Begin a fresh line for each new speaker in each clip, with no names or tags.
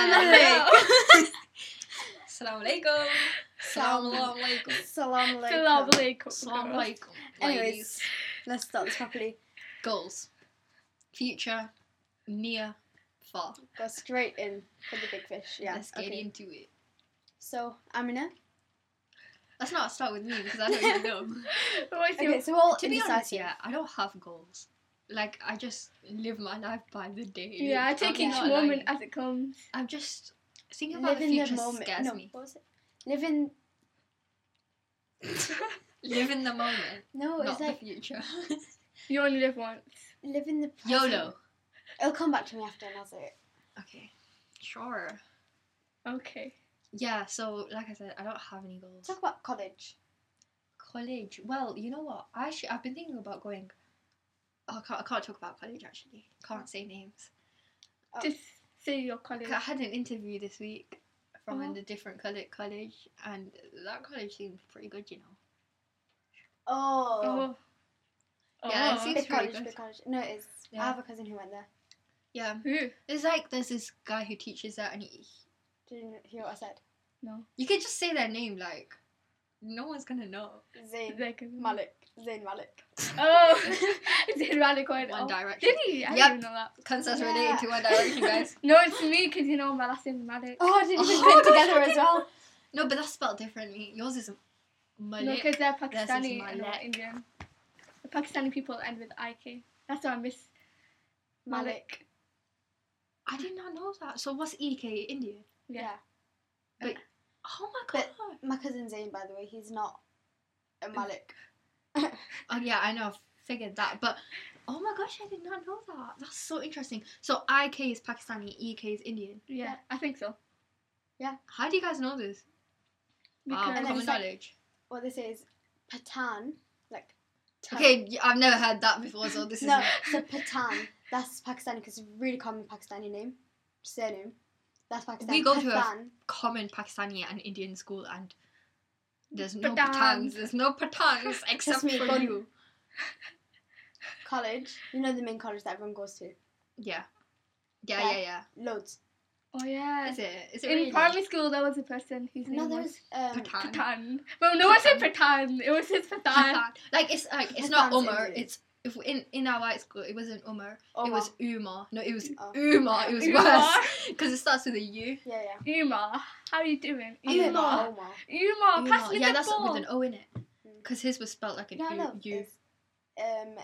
Selamünaleyküm.
Assalamualaikum.
Assalamualaikum.
Assalamu
Assalamualaikum.
alaikum.
Assalamualaikum.
Anyways,
Ladies.
let's start this properly.
Goals. Future. Near. Far.
Go straight in for the big fish. Yeah.
Let's get
okay.
into it.
So Amina.
Let's not start with me because I don't even know.
What's your-
Okay, so all
to be
indecisive.
honest, yeah, I don't have goals. Like I just live my life by the day.
Yeah, I
I'm
take each
not,
moment
like-
as it comes.
I'm just thinking about
Live
the
in
future
the moment.
scares
No,
me.
what was it? Live in.
Live in the moment,
No,
not
it's like
the future.
You only live once.
live in the. Present.
YOLO.
It'll come back to me after and I'll say it.
Okay. Sure.
Okay.
Yeah, so like I said, I don't have any goals.
Talk about college.
College. Well, you know what? I actually, I've been thinking about going. Oh, I can't, I can't talk about college actually. Can't say names.
Oh.
Just say your college.
'Cause I had an interview this week from
Oh.
a different colle- college, and that college seemed pretty good, you know.
Oh.
Oh.
Yeah,
Oh.
it seems-
Big
It's really
college,
good.
big college. No, it is.
Yeah.
I have a cousin who went there.
Yeah,
Ooh.
it's like there's this guy who teaches that, and he,
Did you hear what I said?
you can just say their name, like no one's gonna know.
Zayn
Like a-
Malik. Zayn Malik.
Oh. Did Malik went
One
off?
Direction.
Did he? I
Yep.
didn't know that.
Concepts
Yeah.
related to One Direction, guys.
No, it's me because you know my last name is Malik.
Oh, I didn't even
Oh,
put it
that's
together as well.
No, but that's spelled differently. Yours is
No,
Malik.
because they're
is
Pakistani and
Malik.
not Indian. The Pakistani people end with IK. That's why I miss Malik.
I did not know that. So what's E EK Indian?
Yeah.
yeah.
Oh my god.
But- My cousin Zayn, by the way, he's not a Malik.
Oh yeah, I know. I figured that, but oh my gosh, I did not know that. That's so interesting. So IK is Pakistani, EK is Indian.
yeah.
Yeah.
I think so.
How do you guys know this? Wow,
Because
And then
common
it's like-
knowledge.
What they say is Patan, like. tan.
Okay, y- I've never heard that before, so this
No,
is.
so Patan. That's Pakistani because it's a really common Pakistani name, surname. That's Pakistani.
We go to a-
Patan.
common Pakistani and Indian school, and there's no
Patans.
patans. There's no patans except
me,
for
go-
you.
college. You know the main college that everyone goes to.
Yeah. Yeah,
Yeah.
yeah, yeah.
Loads.
Oh yeah.
Is it? Is it
In
really?
primary school, there was a person whose
No,
name
there
was
was um,
Patan.
Patan. Well, no one said
Patan.
Patan. It was his Patan.
Patan. Like it's like it's not
Patans,
Umar.
Indian.
It's if we- in in our white school it wasn't Umar.
Omar.
It was Umar. No, it was
Oh.
Umar. It was
Umar.
worse because it starts with a U.
yeah, yeah.
Uma, how are you doing?
Oh, Uma.
Uma,
Omar.
Uma, Oh, pass
Umar.
me
Yeah,
the
that's
ball.
with an O in it.
Mm.
Because his was spelled like an
No,
U.
no.
U.
there's, Um,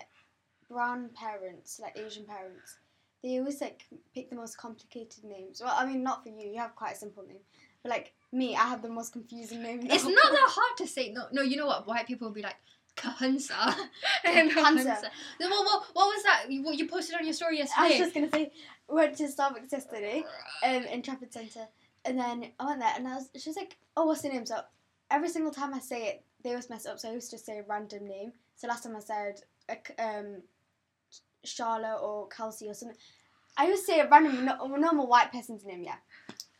brown parents, like Asian parents, they always like pick the most complicated names. Well, I mean, not for you. You have quite a simple name, but like me, I have the most confusing name.
It's
now.
not that hard to say. No, no. You know what? White people will be like Kahunsa.
And
Hansa.
Kahunsa. No, what, what, what was that? You, what you posted on your story
I was
yesterday?
just gonna say, went to Starbucks yesterday, um, in Trafford Centre, and then I went there, and I was, she was like, "Oh, what's the name?" So every single time I say it, they always mess up. So I used to say a random name. So last time I said, like, um, Charlotte or Kelsey or something. I always say a random, no, a normal white person's name. Yeah.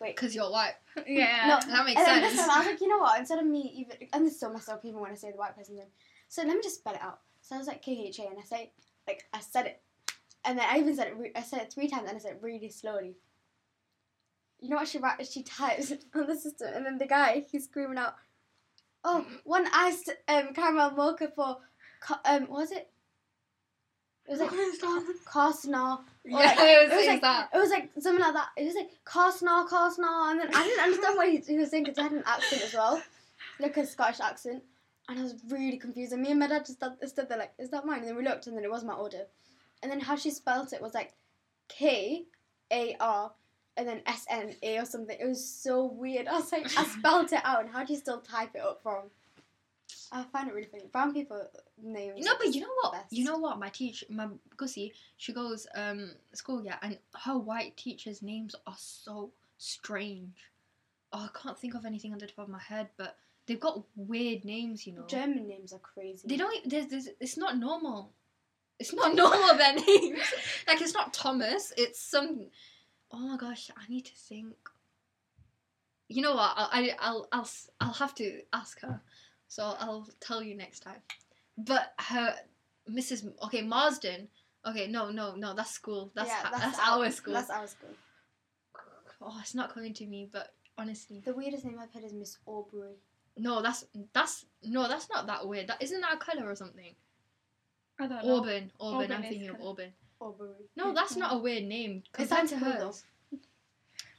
Because you're white.
yeah.
No,
That makes
And then this
sense.
time I was like, you know what? Instead of me even, I'm just so messed up even when I say the white person's name. So let me just spell it out. So I was like KHA, and I say like I said it, and then I even said it. Re- I said it three times, and I said it really slowly. You know what she writes? She types on the system, and then the guy he's screaming out, "Oh, one iced um, caramel mocha for, ca- um, what was it? It was like Costner.
Yeah,
like-
it was,
it was like-
it was that.
It was like something like that. It was like Costner, Costner, and then I didn't understand what he, he was saying because he had an accent as well, like a Scottish accent, and I was really confused. And me and my dad just stood, stood there like, "Is that mine?" And then we looked, and then it was my order. And then how she spelt it was like K A R, and then S N A or something. It was so weird. I was like, I spelt it out, and how do you still type it up wrong? I find it really funny. Brown people names.
No,
are
but
just
you know what?
the best.
You know what? My teacher, my Gussie, she goes um school yeah, and her white teachers' names are so strange. Oh, I can't think of anything on the top of my head, but they've got weird names, you know.
German names are crazy.
they don't. e-, There's, there's, it's not normal. It's not normal their names. Like it's not Thomas. It's some. Oh my gosh! I need to think. You know what? I'll I, I'll I'll s- I'll have to ask her. So I'll tell you next time. But her Mrs. M- Okay, Marsden. Okay, no, no, no. That's school. That's
Yeah,
ho- that's, our school.
That's our school.
oh, it's not coming to me, but honestly,
The weirdest name I've heard is Miss Aubrey.
no, that's that's no, that's not that weird. That isn't that a color or something.
I don't know.
Auburn, Auburn.
Auburn
I'm
is
thinking of
colour.
Auburn.
Aubrey.
No, that's not a weird name compared
sounds
to
cool,
hers.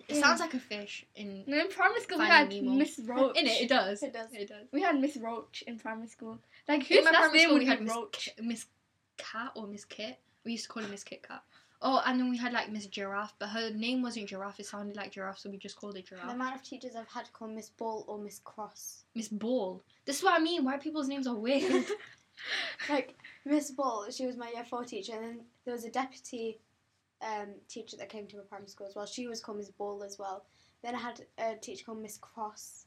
It
Yeah.
sounds like a fish in
And in primary school, we had
Finding Nemo.
Miss Roach.
in it. It does.
It does.
It does.
We had Miss Roach in primary school. Like
In
whose
my
last
primary
name
school,
would
we
be
had Miss,
Roach?
K- Miss Cat or Miss Kit. We used to call her Miss Kit Kat. Oh, and then we had like Miss Giraffe, but her name wasn't Giraffe. It sounded like Giraffe, so we just called her
The
Giraffe.
amount of teachers I've had to call Miss Ball or Miss Cross.
Miss Ball. This is what I mean. Why people's names are weird.
Like Miss Ball, she was my year four teacher, and then there was a deputy um, teacher that came to my primary school as well. She was called Miss Ball as well. Then I had a teacher called Miss Cross.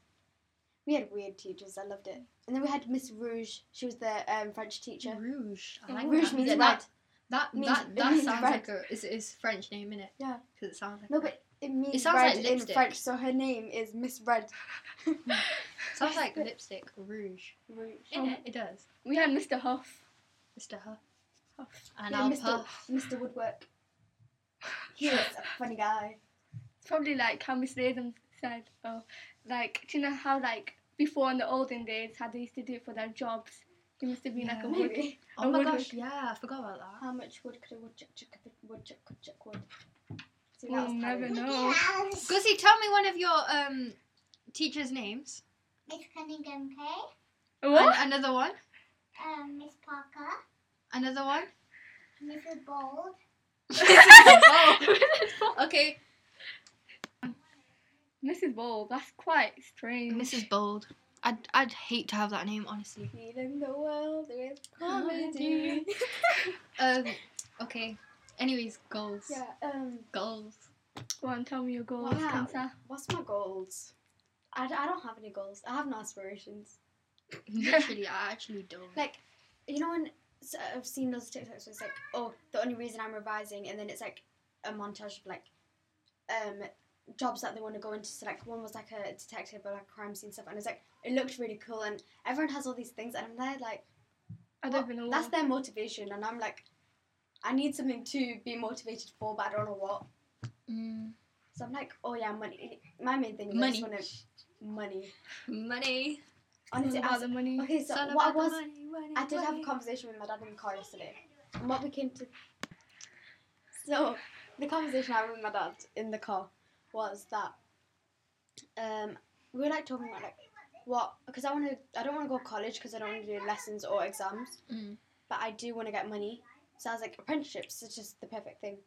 We had weird teachers. I loved it. And then we had Miss Rouge. She was the um, French teacher.
Rouge. I
Oh,
like
Rouge
that.
means
Yeah,
red.
that, that,
Means-
that,
it
that
means
sounds
red.
like a it's, it's French name, innit?
Yeah.
Because it sounds like
No,
red.
but it means
sounds
red
like
in
lipstick.
French. So her name is Miss Red
sounds like lipstick. Rouge.
Rouge.
Innit? It does.
We had Mr. Huff.
Mr. Huff.
Huff.
And
Yeah,
I'll
Mr.
puff.
Mr. Woodwork. He was a funny guy.
It's probably like how Miss Latham said. Oh, like do you know how like before in the olden days how they used to do it for their jobs. It must have been like a
Yeah.
wood.
Maybe.
Oh
a
my
woodwork.
gosh, yeah, I forgot about that.
How much wood could a woodchuck chuck if a woodchuck could chuck wood? See, that
We'll
was
never
tiring.
know.
Gussie, tell me one of your um teachers' names.
Miss Cunningham K,
What?
And another one.
um, Miss Parker,
Another one.
Mrs. Bold,
okay.
Mrs. Ball. That's quite strange.
Mrs. Bold. I'd, I'd hate to have that name, honestly.
Feeding the world with comedy.
Um, okay. Anyways, goals.
yeah, um,
Goals.
Go on, tell me your goals,
Wow.
Kansa.
what's my goals? I, d- I don't have any goals. I have no aspirations.
Literally, I actually don't.
Like, you know when so I've seen those TikToks where it's like, oh, the only reason I'm revising, and then it's like a montage of like, um, jobs that they want to go into. So like one was like a detective or like crime scene stuff, and it's like it looked really cool, and everyone has all these things, and I'm there like.
I don't even know.
That's
what-
their motivation, and I'm like, I need something to be motivated for, but I don't know what.
Mm,
So I'm like, oh yeah, money. My main thing is I
money.
just want to money.
Money.
Honestly,
It's all
I
about
was,
the money.
okay. So
It's all
what I
about the
was,
money, money,
I did have a
money.
conversation with my dad in the car yesterday, and what we came to. So, the conversation I had with my dad in the car was that, um, we were like talking about like what because I want to I don't want to go to college because I don't want to do lessons or exams.
Mm.
but I do want to get money. So I was like, apprenticeships is just the perfect thing.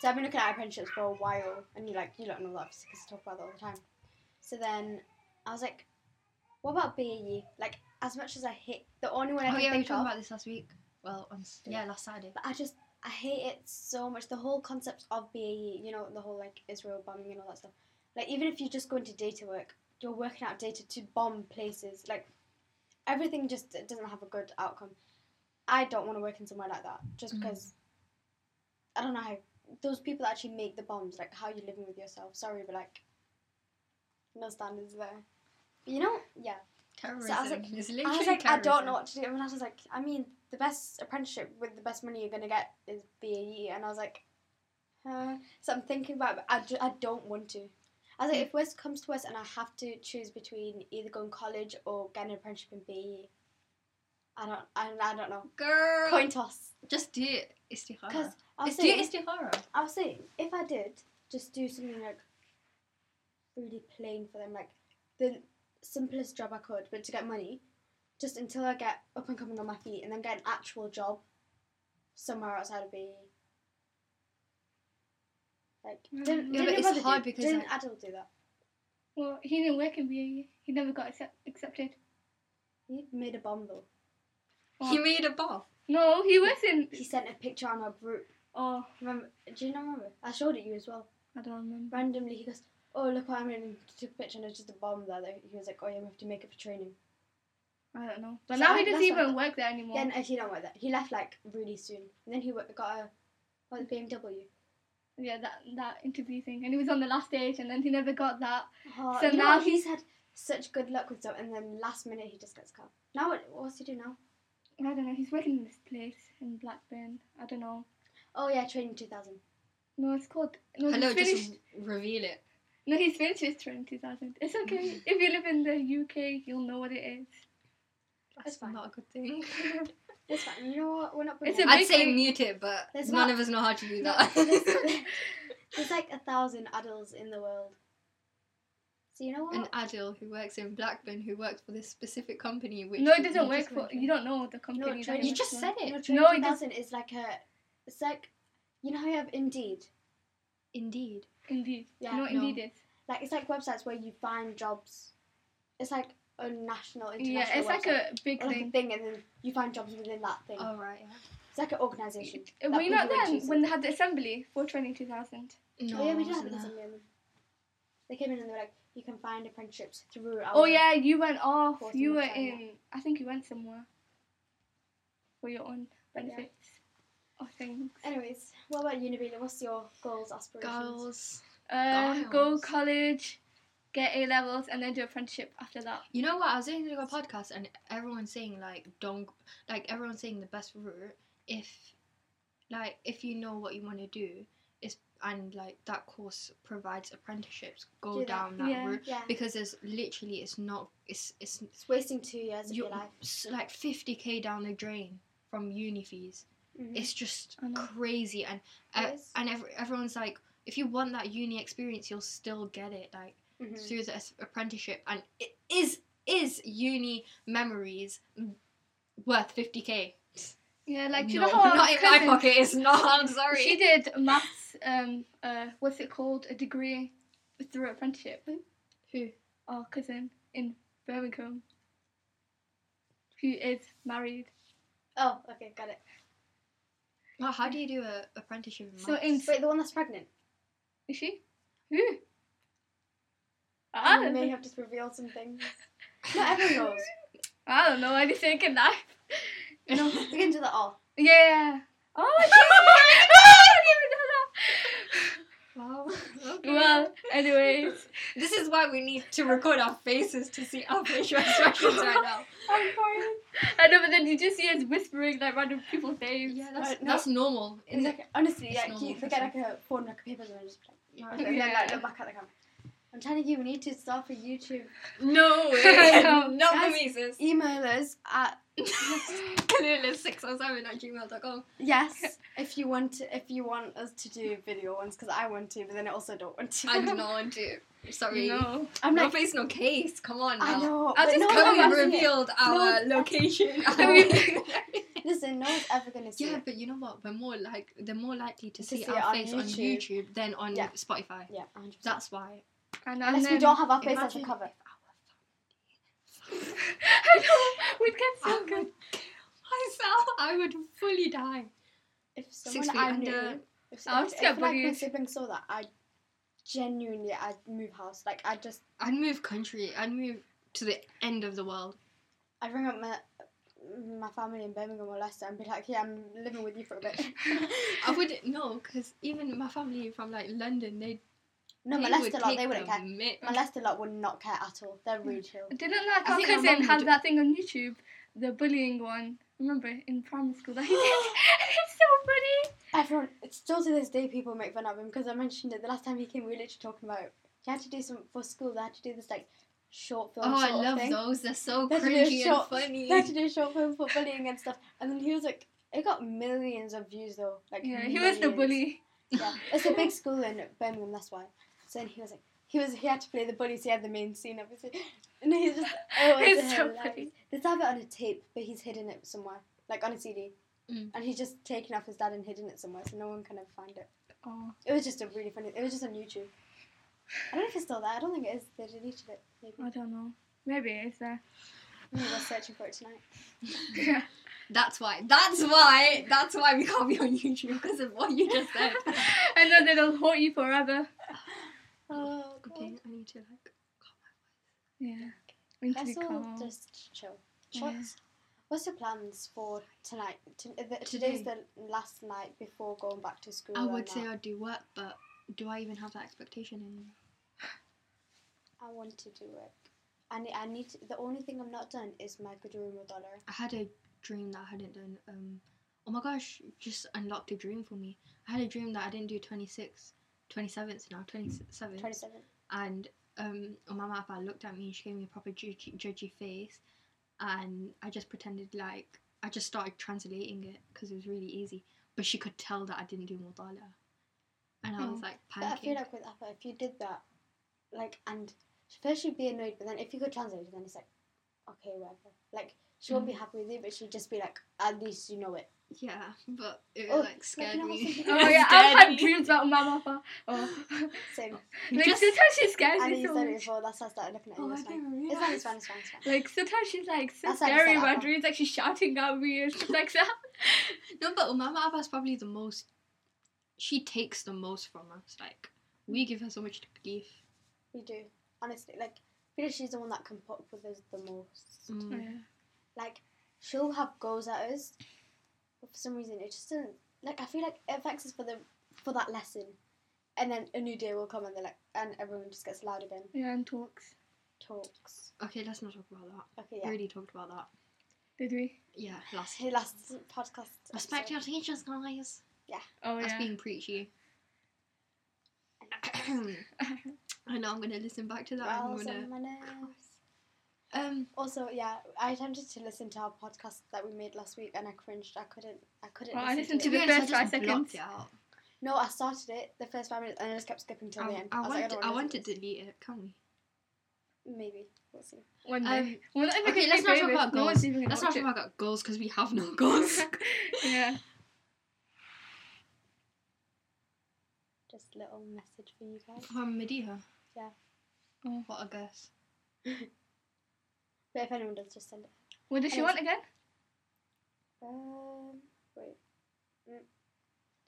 So I've been looking at apprenticeships for a while, and you like you don't know that because I talk about it all the time. So then I was like, what about BAE? Like as much as I hate the only one I
Oh,
can
yeah, we were
think
talking
of,
about this last week. Well, on, s- yeah, last Saturday.
but I just I hate it so much. The whole concept of BAE, you know, the whole like Israel bombing and all that stuff. Like even if you just go into data work, you're working out data to bomb places. Like everything just it doesn't have a good outcome. I don't want to work in somewhere like that just
Mhm.
because I don't know how those people that actually make the bombs. Like how you living with yourself. Sorry, but like no standards there. But you know, yeah.
Terrorism.
like-
it's literally
I was like, I don't
terrorism.
know what to do. And I was like, I mean, the best apprenticeship with the best money you're going to get is BAE. And I was like, huh. So I'm thinking about it, but I, ju- I don't want to. I
Mm.
was like, if worst comes to worst and I have to choose between either going to college or getting an apprenticeship in BAE, I don't, I, I don't know.
Girl.
Coin toss.
Just do it.
Because
Istihara.
I was
Just do
saying,
it, Istihara.
I was saying, if I did, just do something like really plain for them, like the simplest job I could, but to get money, just until I get up and coming on my feet, and then get an actual job somewhere outside of BE. Like,
Mm.
didn't,
Yeah,
didn't
but
your
it's
brother
hard
do,
because,
didn't
like-
Adil do that?
Well, he didn't work in BAE. He never got accept- accepted.
He made a bomb though.
He made a bomb.
No, he wasn't.
He sent a picture on our group.
Oh,
Remember? Do you not remember? I showed it you as well.
I don't remember.
Randomly, he goes, "Oh look what I made!" And took a picture, and it's just a bomb there. that He was like, "Oh yeah, we have to make it for training."
I don't know. But
So
now
I-
he
that's
doesn't
what I
even
thought.
work there anymore.
Yeah, no, he don't like that. He left like really soon, and then he wo- got a what BMW.
yeah, that that interview thing, and he was on the last stage, and then he never got that.
Oh,
So
you know
now
what? he's had such good luck with stuff, and then last minute he just gets caught. Now what? What's he do now?
I don't know. He's working in this place in Blackburn. I don't know.
Oh yeah, training two thousand.
No, it's called. No,
Hello,
he's finished.
just reveal it.
No, he's finished his 20,000. It's okay.
Mm.
if you live in the UK, you'll know what it is.
That's
That's fine.
not a good thing.
It's fine. You know what? We're not.
It's
bringing
a
it
I'd say
Basically-
mute it, but
There's
none
not-
of us know how to do
up.
that.
No, There's like a thousand adults in the world. So you know what?
An adult who works in Blackburn who works for this specific company, which
no, it doesn't
you
work
just
for.
mentioned.
You don't know the company.
No,
that
trade-
it
You
works
just
for.
said
You know,
it.
Train
No, it
2000 is like a. It's like, you know how you have Indeed.
Indeed.
Indeed.
Yeah,
you know what
no.
Indeed is?
Like it's like websites where you find jobs. It's like a national, international.
Yeah, it's like
website.
a big
Or like a
thing.
thing, and then you find jobs within that thing.
All right.
It's like an organisation.
Were
that
you not
people would
there
choose
when
it.
they had the assembly for 22,000?
Yeah.
oh yeah, we did have
wasn't
it
there.
assembly. They came in and they were like, "You can find apprenticeships through." Our
Oh, yeah, you went off.
Course
You
in
were
China.
in. I think you went somewhere for your own benefits or things.
Anyways, what about you, Nabila? What's your goals, aspirations?
Girls.
Uh, go
Goals.
college, get A levels, and then do apprenticeship after that.
You know what? I was listening to a podcast and everyone's saying like don't like everyone's saying the best route if like if you know what you want to do is and like that course provides apprenticeships
Do
go
that.
down that
Yeah.
route
Yeah,
because there's literally it's not it's it's
it's wasting two years of
you
your life.
s- like 50k down the drain from uni fees.
Mhm.
It's just
I know.
crazy and
It
uh,
is.
and every, everyone's like if you want that uni experience you'll still get it like
Mhm.
through the as- apprenticeship and it is is uni memories worth 50k
Yeah, like do you
no,
know how our
not in my
cousin-
pocket it's not i'm
She
sorry
did maths. Um, uh, what's it called? A degree through apprenticeship.
who
Our cousin Oh, in Birmingham, who is married.
Oh, okay, got it.
well, how do you do a apprenticeship in
So
maths?
in
Wait, the one that's pregnant.
is she? Who?
Ah.
I
I
don't,
may
know.
have just revealed some things. Not everyone knows.
I don't know anything in life.
No, we can do that all.
Yeah. Oh, Jesus. I
wow
didn't even know that. Well, anyways,
this is why we need to record our faces to see our facial expressions right now
I'm sorry.
I know, but then you just see us whispering like random people's names.
yeah that's,
Right, no.
that's normal
It's
in
like, honestly,
It's
yeah,
normal
you
for
forget
some-
like a phone, like a paper, and just like,
the,
and then like,
Yeah.
look back at the camera. I'm telling you, we need to start a YouTube.
no way
No.
not for
Guys,
me sis
Email us at
Kalula 607 at gmail.com
yes if you want to, if you want us to do video ones because I want to, but then I also don't want to.
i do not want to uh, sorry
No.
I'm
no
like,
face, no case. Come on now.
I know.
I
but
just
no
come
one's
and
ever seen it.
revealed
No,
our
it's-
location.
I mean- Listen, no one's ever gonna see
yeah,
it.
but you know what? We're more like they're more likely to,
To
see,
see it
our
on
face on
YouTube.
YouTube than on
Yeah.
Spotify.
Yeah, 100%.
That's why.
And,
unless we
then-
don't have our face as a
Imagine
cover.
if
I know. We'd get
I
so
would
good.
kill myself. I would fully die.
If
Six
someone
feet
I
under.
knew, if, so-
I'll
if,
just
if,
get
like my
bullied.
siblings saw that, I genuinely I'd move house. Like I just
I'd move country. I'd move to the end of the world.
I'd ring up my my family in Birmingham or Leicester and be like, yeah, I'm living with you for a bit.
I wouldn't know because even my family from like London, they
no, my
they
Leicester
would
lot
take
they wouldn't
the
care.
mitt.
My Leicester lot would not care at all. They're
Mm.
really chill.
Didn't like
I
our
think my
cousin
mum
have
would-
that thing on YouTube, the bullying one? Remember in primary school that he did? it's so funny.
Everyone, it's still to this day, people make fun of him because I mentioned it the last time he came. We were literally talking about he had to do some for school. They had to do this like short film.
Oh, I
sort of
love
thing.
those. They're so
They had to do a
cringy and
short-
funny.
They had to do a short film for bullying and stuff. And then he was like, it got millions of views though. Like
Yeah, he was the
millions.
bully.
Yeah, it's a big school in Birmingham. That's why. So then he was like, he was he had to play the bully. So he had the main scene obviously. And he's just oh, it's
It's so
hilarious.
funny.
They have it on a tape, but he's hidden it somewhere, like on a CD.
Mm.
And he's just taken off his dad and hidden it somewhere, so no one can ever find it.
Oh,
It was just a really funny. It was just on YouTube. I don't know if it's still there. I don't think it is. They deleted it. Maybe.
I don't know. Maybe it's there.
Maybe we're searching for it tonight.
Yeah.
That's why. That's why. That's why we can't be on YouTube because of what you just said.
and then they'll haunt you forever.
Oh,
okay, I need to like.
Yeah. We need to be
That's all
calm.
just chill.
Yeah.
What's, what's your plans for tonight? T- uh, the, today's the last night before going back to school.
I
and
would say
that.
I'd do work, but do I even have that expectation anymore?
I want to do it. I need, I need to, the only thing I've not done is my Kuduru Dollar.
I had a dream that I hadn't done. Um, oh my gosh, you just unlocked a dream for me. I had a dream that I didn't do 26, 27th now, 27th.
27.
And um, on my map, I looked at me and she gave me a proper judgy, judgy face. And I just pretended like, I just started translating it because it was really easy. But she could tell that I didn't do Mudala. And I
Oh.
was like
But I feel
panicking.
like with Appa, if you did that, like, and first she'd be annoyed, but then if you could translate it, then it's like, okay, whatever. Like, she won't be happy with you, but she'd just be like, at least you know it.
Yeah, but it
Oh,
like scared
no,
me.
it's
Oh
It's
yeah, I've had
Scared me.
dreams about my mama. Oh,
Same.
like
Just-
sometimes she scares
And
me
you
so
said it
much.
before, that's how I started looking at you.
Oh, I
it's fine.
didn't
It's fine, it's
realize.
fine, it's fine, it's fine.
Like sometimes she's like so
That's how I
scary in
felt
my
about-
dreams, like she's shouting at me and stuff like that.
No, but Umama Abba's probably the most. She takes the most from us. Like we give her so much to give.
We do. Honestly, like, I feel like she's the one that can put up with us the most.
Mm.
Like, she'll have goals at us, but for some reason, it just doesn't. Like, I feel like it affects us for the for that lesson. And then a new day will come, and they're like, and everyone just gets loud again.
Yeah, and talks.
Talks.
Okay, let's not talk about that.
Okay,
We
yeah.
already talked about that.
Did we?
Yeah, last.
Hey, last podcast. episode.
Respect your teachers, guys.
Oh
That's
yeah.
being preachy. I know. I'm gonna listen back to that.
Well,
I'm gonna.
someone else.
Um.
Also, yeah, I attempted to listen to our podcast that we made last week, and I cringed. I couldn't. I couldn't.
Well, I
listen
listened
To
it.
be
The
honest,
first
I
five
just blocked
seconds.
it out.
No, I started it the first five minutes, and I just kept skipping till the
I,
end.
I,
was
want.
like,
to,
don't
I
wanna
want to
listen this.
delete it. Can we?
Maybe we'll see.
One day.
Um,
Well, not if
okay,
it's
let's
my
not talk
favourite,
about
no one's even gonna
Let's not
watch
talk
it.
about goals because we have no goals.
yeah.
Just little message for you guys.
From Medea.
Yeah.
Oh.
What a guess.
But if anyone does, just send it.
What does she
And
want again?
Um, wait. Mm.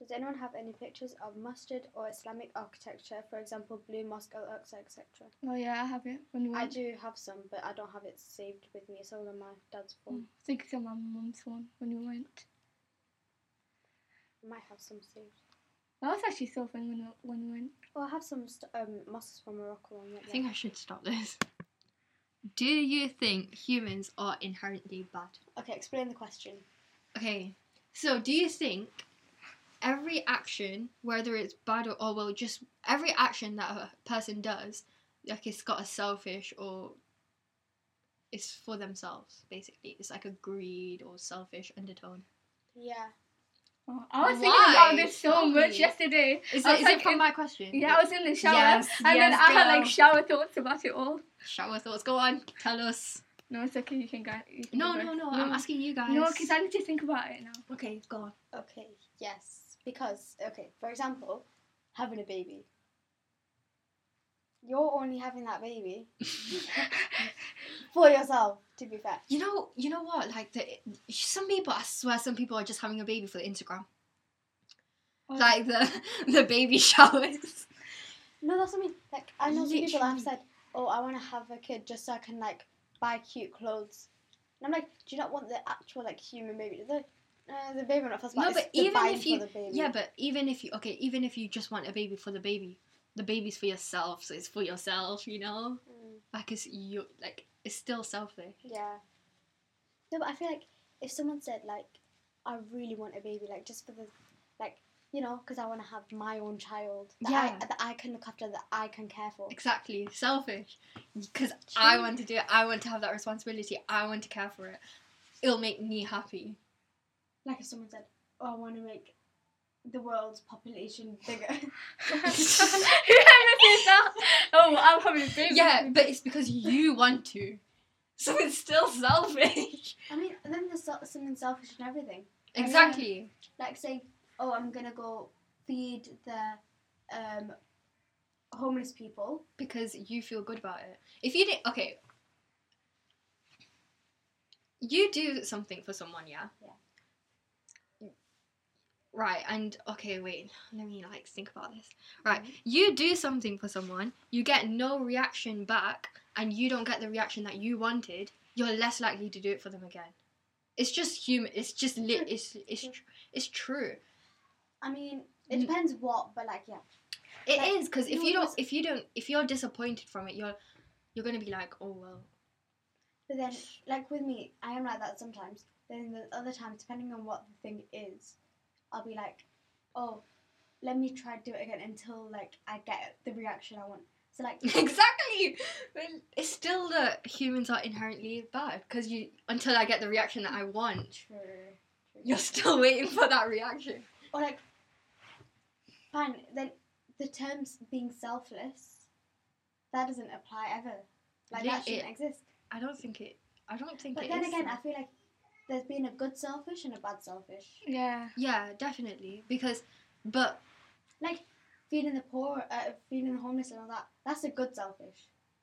Does anyone have any pictures of mustard or Islamic architecture, for example, Blue Mosque, Al Aqsa, etc.?
Oh yeah, I have it. When we
I
Mm.
I
do have some, but I don't have it saved with me. It's all on my dad's phone.
Mm.
Mm, think it's on my mum's one when we went.
I might have some saved.
That was actually so fun when we, when we went.
Oh, I have some st- um, muscles from Morocco on it.
I think I should stop this. Do you think humans are inherently bad?
Okay, explain the question.
Okay, so do you think every action, whether it's bad or, or well, just every action that a person does, like it's got a selfish or it's for themselves, basically? It's like a greed or selfish undertone.
Yeah.
Oh, I was thinking
Why?
about this so
Tell
much
me.
yesterday.
Is,
I
it,
was
is
like,
it from
it-
my question?
Yeah, I was in the shower
Yes,
and then
yes,
I had like
girl.
shower thoughts about it all.
Shower thoughts. Go on, tell us.
No, it's okay. You can go. You can
No,
go.
no, no. I'm asking you guys.
No, because I need to think about it now.
Okay, go on.
Okay, yes. Because, okay, for example, having a baby. You're only having that baby for yourself, to be fair.
You know, you know what? Like the, some people, I swear, some people are just having a baby for Instagram,
Oh,
like the the baby showers.
No, that's what I mean. Like, I know some people that have
Literally.
said, oh, I want to have a kid just so I can, like, buy cute clothes. And I'm like, do you not want the actual, like, human baby? The, uh, the baby, I'm not first
No, but even if you, yeah, but even if you, okay, even if you just want a baby for the baby, the baby's for yourself, so it's for yourself. You know,
Mm.
like it's you, like it's still selfish.
Yeah. No, but I feel like if someone said like, I really want a baby, like just for the, like you know, because I want to have my own child that
Yeah.
I that I can look after, that I can care for.
Exactly, selfish. Because I want to do it. I want to have that responsibility. I want to care for it. It'll make me happy.
Like if someone said, Oh, I want to make the world's population bigger.
Who ever said that? Oh, I'm having a baby.
Yeah, but it's because you want to. So it's still selfish.
I mean, then there's so- something selfish in everything.
Exactly.
Like saying, Oh, I'm gonna go feed the um, homeless people.
Because you feel good about it. If you did okay. You do something for someone, yeah? Yeah. Right, and okay, wait, let me like think about this. Right. You do something for someone, you get no reaction back, and you don't get the reaction that you wanted, you're less likely to do it for them again. It's just human. It's just lit. It's it's tr- it's true.
I mean, it
Mm.
depends what, but like yeah.
It
Like,
is because
you
if
know
you don't,
what's-
if you don't, if you're disappointed from it, you're you're gonna be like, oh well.
But then, like with me, I am like that sometimes. Then there's other times, depending on what the thing is, I'll be like, oh, let me try do it again until like I get the reaction I want. So like,
exactly. Well, it's still that humans are inherently bad because you until I get the reaction that I want,
true. true.
you're still waiting for that reaction.
or like fine then the terms being selfless that doesn't apply ever like
Yeah,
that shouldn't
it-
exist
I don't think it. I don't think
but
it
then
is
again
that.
i feel like there's been a good selfish and a bad selfish
Yeah.
yeah, definitely because, but
like feeding the poor uh, feeding the homeless and all that that's a good selfish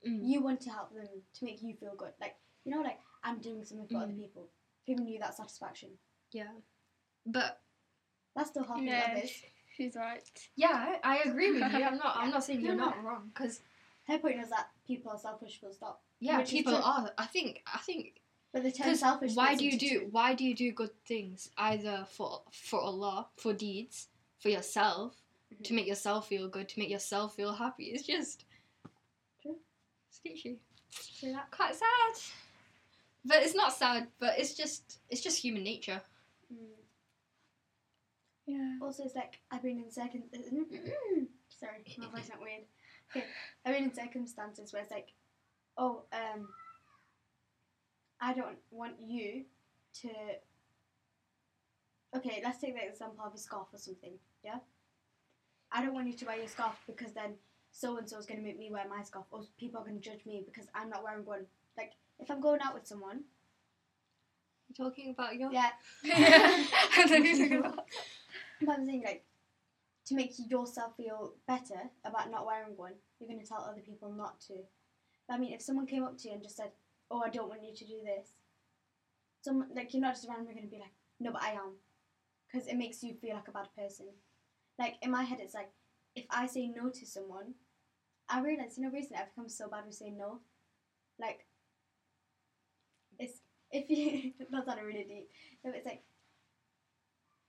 mm,
you want to help them to make you feel good like you know like i'm doing something for other
Mm.
people giving you that satisfaction
yeah, but
that's still half
Yeah.
of it
She's right.
yeah, I agree with you. I'm not. I'm not saying you're not wrong because
her point was that people are selfish full stop
yeah,
Which is
people
true.
are. I think. I think
but the term
Because
selfish
why
doesn't
do you
exist.
do why do you do good things either for for Allah for deeds for yourself
Mhm.
to make yourself feel good to make yourself feel happy it's just
True.
sketchy
True that.
quite sad but it's not sad but it's just it's just human nature
Mm.
Yeah.
Also, it's like I've been in circum. Sorry, my voice went weird. Okay, I've been in circumstances where it's like, oh, um, I don't want you to. Okay, let's take the example of a scarf or something. Yeah, I don't want you to wear your scarf because then so and so is gonna make me wear my scarf, or people are gonna judge me because I'm not wearing one. Like if I'm going out with someone,
you talking about your
yeah,
I don't know.
But I'm saying like to make yourself feel better about not wearing one, you're gonna tell other people not to. But I mean, if someone came up to you and just said, "Oh, I don't want you to do this," someone like you're not just randomly gonna be like, "No, but I am," because it makes you feel like a bad person. Like in my head, it's like if I say no to someone, I realize you know recently I've become so bad with saying no. Like it's if you that's not really deep. No, but it's like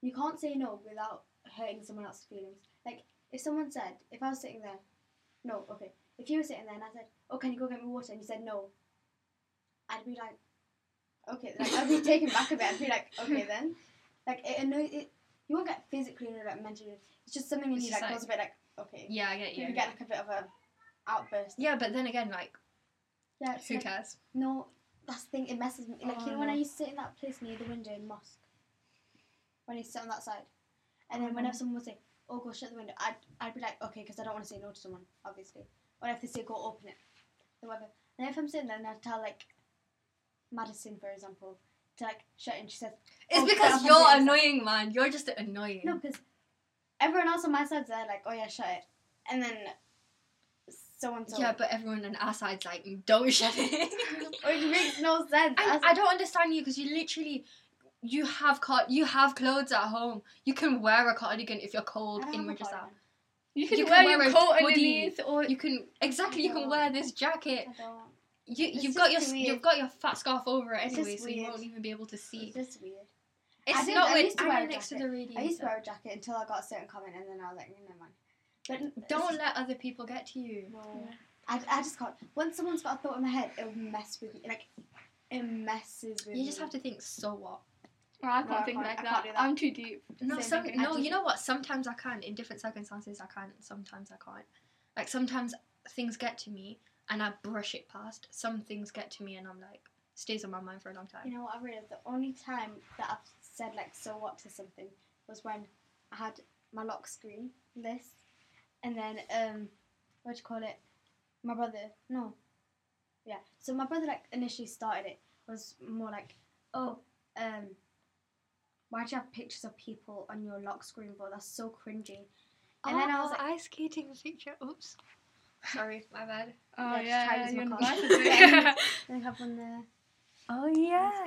you can't say no without hurting someone else's feelings. Like if someone said, if I was sitting there, no, okay. If you were sitting there and I said, oh, can you go get me water, and you said no, I'd be like, okay, like, I'd be taken back a bit. I'd be like, okay then, like it annoys it. You won't get physically annoyed, like mentally. It's just something in
It's
you
just
like
like-
goes a bit like, okay,
yeah i get you
you get like a bit of a outburst.
yeah but then again like
Yeah, it's
who
like,
cares
no, that's the thing. It messes me. Like
Oh,
you know when
no.
I used to sit in that place near the window in mosque, when I used to sit on that side, and then whenever someone would say, "Oh, go shut the window," I'd I'd be like, "Okay," because I don't want to say no to someone, obviously. Or if they say, "Go open it," then whatever. And if I'm sitting there and I tell like Madison, for example, to like shut, it, and she says,
it's
Oh,
because
I'm
you're
doing-
annoying man you're just annoying
"No," because everyone else on my side's there, like, "Oh yeah, shut it," and then so and so.
yeah but everyone on our side's like don't shut it
it makes no sense. I
I,
was
I don't understand you because you literally you have cot you have clothes at home. You can wear a cardigan if you're cold
like, I don't
in
have a
Winchester.
partner.
You can
You can
wear,
wear
your
a
coat
hoodie.
underneath or
You can exactly you can
don't.
wear this jacket.
I don't.
You
It's
you've got your
just
s-
weird.
you've got your fat scarf over it
It's
anyway,
just
so you
weird.
won't even be able to see.
It's just weird.
It's
didn't-
not
I
when
used to
I'm
wear a
right next to the radiator.
I used to wear a jacket until I got a certain comment, and then I was like, never mind. But
don't
it's-
let other people get to you.
No. I, I just can't. Once someone's got a thought in my head, it'll mess with me. Like, it messes with
You just
me.
have to think. So what?
Oh, I can't
No, I
think
can't-
like
I
that.
can't do that.
I'm too deep.
No,
Same
some,
thing. I
no.
just-
You know what? Sometimes I can. In different circumstances, I can. Sometimes I can't. Like sometimes things get to me and I brush it past. Some things get to me and I'm like stays on my mind for a long time.
You know what I realised? The only time that I've said, like, so what to something was when I had my lock screen, this, and then, um, what do you call it? My brother, no. Yeah. So my brother, like, initially started it, was more like, oh, um, why do you have pictures of people on your lock screen for? That's so cringy. And then I was like,
ice skating picture. Oops. Oh. Sorry, my bad.
Oh
Yeah, just try
yeah,
to use my card.
you're invited.
I have one there.
Oh
Ah.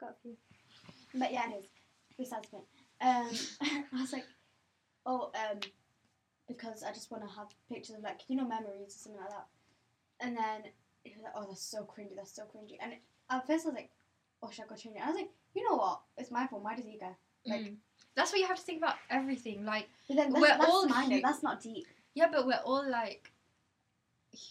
Got a few. But yeah, anyways, besides the point. Um, I was like, oh, um, because I just want to have pictures of like you know memories or something like that. And then he was like, oh, that's so cringy. That's so cringy. And at first I was like, oh, should I go change it? And I was like, you know what? It's my phone. Why does he care? Like-
That's what you have to think about everything. Like
But then that's,
We're
that's
all
minor.
hu-
That's not deep.
yeah, but we're all like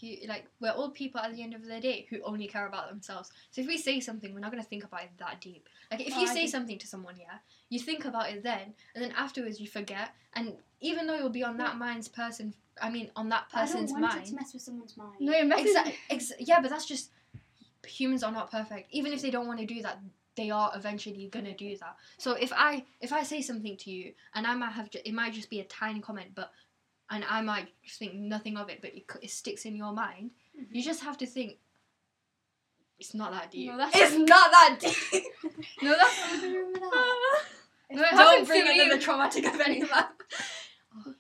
who like we're all people at the end of the day who only care about themselves. So if we say something, we're not gonna think about it that deep. Like if
Oh,
you
I
say
think-
something to someone, yeah, you think about it then, and then afterwards you forget, and even though you'll be on that mind's person, I mean on that person's
I don't want it
mind.
to mess with someone's mind.
No, you're messing.
Exactly. Ex- yeah, but that's just humans are not perfect. Even if they don't want to do that, they are eventually gonna do that. So if I if I say something to you, and I might have ju- it might just be a tiny comment, but and I might just think nothing of it, but it, c- it sticks in your mind. You just have to think. It's not that deep.
No, that's-
it's not that deep.
No, that's
I don't remember that.
no, it
don't
happens
bring
to me.
another traumatic event in that.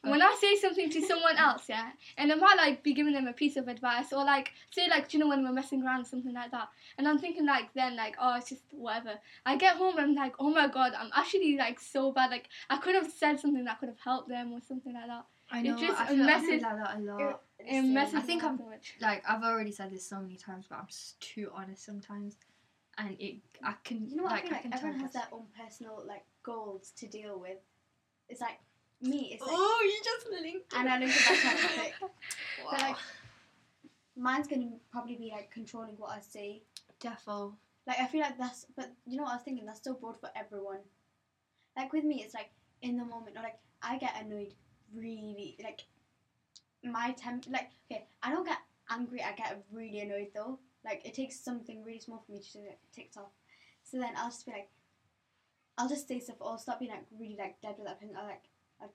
when I say something to someone else, yeah, and I might like be giving them a piece of advice or like say like, do you know when we're messing around something like that, and I'm thinking like then like oh it's just whatever. I get home and I'm like oh my god I'm actually like so bad like I could have said something that could have helped them or something like that.
I
it
know.
just
I feel, I feel
messes-
like that a lot.
It messes
I think
me up
I'm-
so much.
like I've already said this so many times, but I'm just too honest sometimes, and it I can
You know what?
like
I feel like
can
everyone
tell
has
that's-
their own personal like goals to deal with. It's like me. It's like,
Oh, you just linked.
and I don't think that's how like,
Wow.
they're like- mine's gonna probably be like controlling what I say.
Defo.
Like I feel like that's, but you know what I was thinking? That's so broad for everyone. Like with me, it's like in the moment, or like I get annoyed really. Like my temp, like okay, I don't get angry. I get really annoyed though. Like it takes something really small for me to like, tick off. So then I'll just be like, I'll just say stuff. Or I'll stop being like really like dead with that person. I like, I,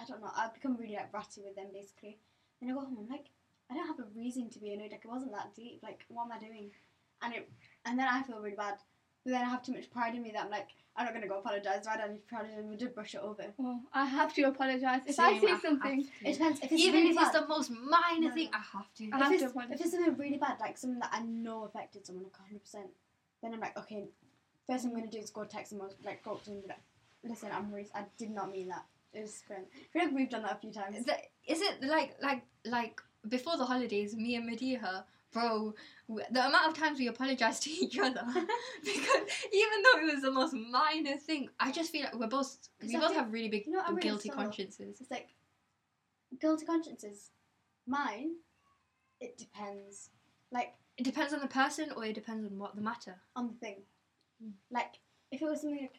I don't know. I'll become really like ratty with them basically. Then I go home. I'm like, I don't have a reason to be annoyed. Like it wasn't that deep. Like what am I doing? And it and then I feel really bad. But then I have too much pride in me that I'm like, I'm not gonna go apologise. Why don't you apologise? I'm gonna brush it over.
Oh, I have to apologize if I
Same,
say
have
something.
to.
It depends. If it's
Even
really
if it's
bad,
the most minor
No,
thing,
no.
I have to.
I
if
have
it's,
to apologise.
if it's something really bad, like something that I know affected someone, like hundred percent, then I'm like, okay, first thing I'm gonna do is go text them or like go up to them and be like, listen, I'm really, I did not mean that. It was fun. I feel like we've done that a few times.
The- is it like like like before the holidays, me and Medea, bro, w- the amount of times we apologized to each other because even though it was the most minor thing, I just feel like we're both we
I
both
think-
have really big
you know what I really
guilty
saw?
consciences.
It's like guilty consciences. Mine, it depends. Like
It depends on the person, or it depends on what the matter.
on the thing.
Mm.
Like if it was something like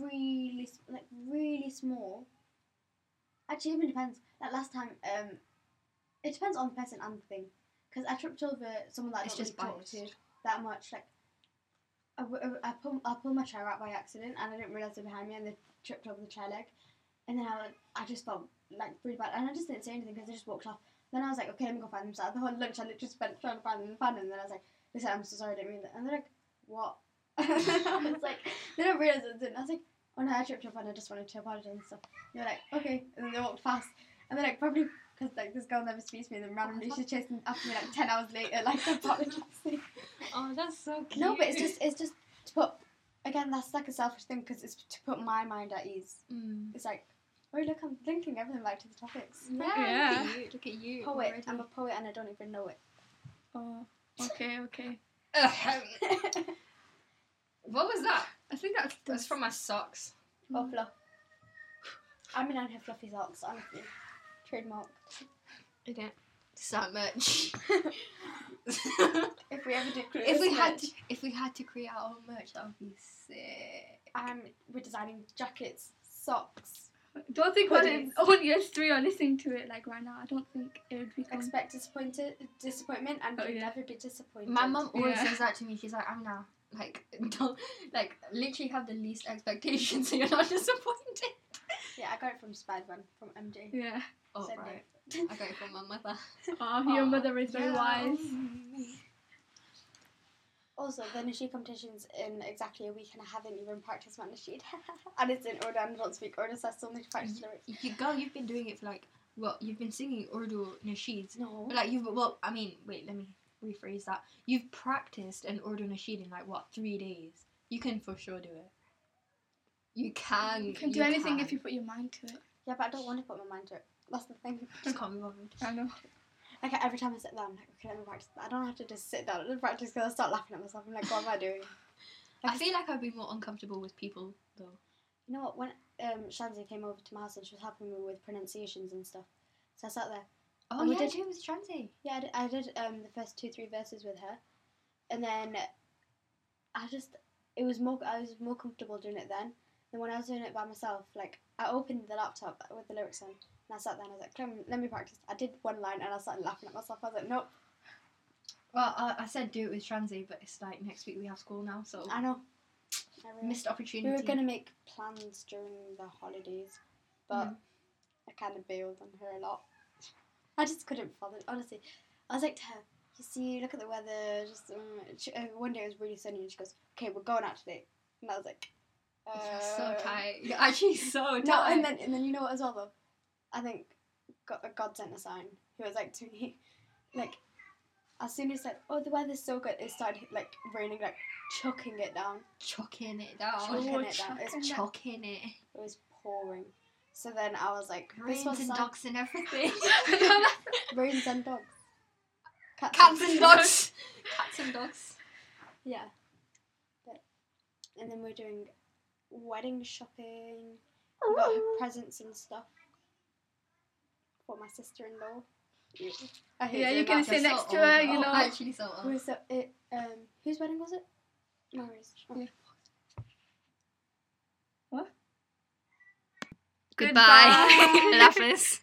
really s- like really small. Actually, it even depends. Like last time, um, it depends on the person and the thing. Because I tripped over someone that I
It's
don't
just
really talk
biased.
to that much. Like I, w- I pull I pulled my chair out by accident and I didn't realize they're behind me and they tripped over the chair leg. And then I was- I just felt like really bad and I just didn't say anything because they just walked off. Then I was like, okay, let me go find them. So the whole lunch I literally spent trying to find them and find them. And then I was like, listen, I'm so sorry, I didn't mean that. And they're like what? I was like, they don't realize it's in. I was like, oh no, I tripped up and I just wanted to apologize and stuff. And they were like, okay. And then they walked past. And they're like, probably because like this girl never speaks to me and then randomly she's chasing after me like 10 hours later, like apologizing.
Oh, that's so cute.
no, but it's just, it's just to put, again, that's like a selfish thing because it's to put my mind at ease.
Mm.
It's like, oh look, I'm linking everything back to the topics.
Yeah. Look at you. Look at you
Poet,
already.
I'm a poet and I don't even know it.
Oh, okay, okay.
Ahem. what was that?
I think that's
That's from my socks.
Or fluff. I mean, I don't have fluffy socks, honestly. Trademark.
I don't. It's not much.
If we ever did create
if we
this
had
merch.
to, if we had to create our own merch, that would be sick.
um, we're designing jackets, socks.
Don't think what
Hoodies.
in all years three are listening to it like right now. I don't think it would be.
Mm.
Going.
Expect disappointed disappointment, and
Oh,
you'll
yeah.
never be disappointed.
My mum always
Yeah.
says that to me. She's like, "I'm now like don't like literally have the least expectations, so you're not disappointed."
Yeah, I got it from Spiderman from MJ.
Yeah.
Oh
Said
right,
no.
I got it from my mother.
Oh, your
Aw,
mother is very
yeah.
wise.
also, the Nasheed competition's in exactly a week, and I haven't even practiced my Nasheed. and it's in order, and I don't speak order, so I still need to
Mm.
practice lyrics.
You girl, you've been doing it for like well, you've been singing Urdu nasheeds.
No.
But, Like you've well, I mean, wait, let me rephrase that. You've practiced an order nasheed in like what three days? You can for sure do it. You can.
You can do anything if you put your mind to it.
Yeah, but I don't want to put my mind to it. That's the thing.
Just can't be bothered.
I know.
Like every time I sit down, I'm like, okay, let me practice. I don't have to just sit down and practice because I start laughing at myself. I'm like, what am I doing?
I feel like I'd be more uncomfortable with people though.
You know what? When um, Shanzi came over to my house and she was helping me with pronunciations and stuff, so I sat there
Oh,
And we
yeah,
did-
James Transi.
Yeah, I did, I did um, the first two, three verses with her, and then I just it was more I was more comfortable doing it then than when I was doing it by myself. Like I opened the laptop with the lyrics on, and I sat there and I was like, "Come, on, let me practice." I did one line and I started laughing at myself. I was like, "Nope,
Well, I, I said do it with Transi, but it's like next week we have school now, so
I know." I really-
missed
we
opportunity.
were gonna make plans during the holidays, but I kind of bailed on her a lot. I just couldn't bother. Honestly, I was like to her, "You see, look at the weather." Just um, she, uh, one day it was really sunny, and she goes, "Okay, we're going out today," and I was like,
You're so
"Uh,
tight. You're actually so tight.
no, and then and then you know what as well though, I think God, uh, God sent a sign. He was like to me, like as soon as like oh the weather's so good, it started like raining like chucking it down,
chucking
chucking
it down.
Oh,
it down. It's
chucking it.
Chucking it.
it was pouring. So then I was like, this
Rains
was
and
sign-
ducks and everything.
rains and dogs. Cats,
Cats and dogs. Cats and dogs.
Yeah. But, and then we're doing wedding shopping. We got her presents and stuff for my sister-in-law. Yeah, I hate
Yeah,
doing
you're gonna
that.
say
You're
next
so
to
old.
her, you
Oh,
know.
Actually, so
We
old.
were so, it, um, whose wedding was it? Mary's. Oh.
Yeah.
What?
Goodbye.
Goodbye.
Laughers.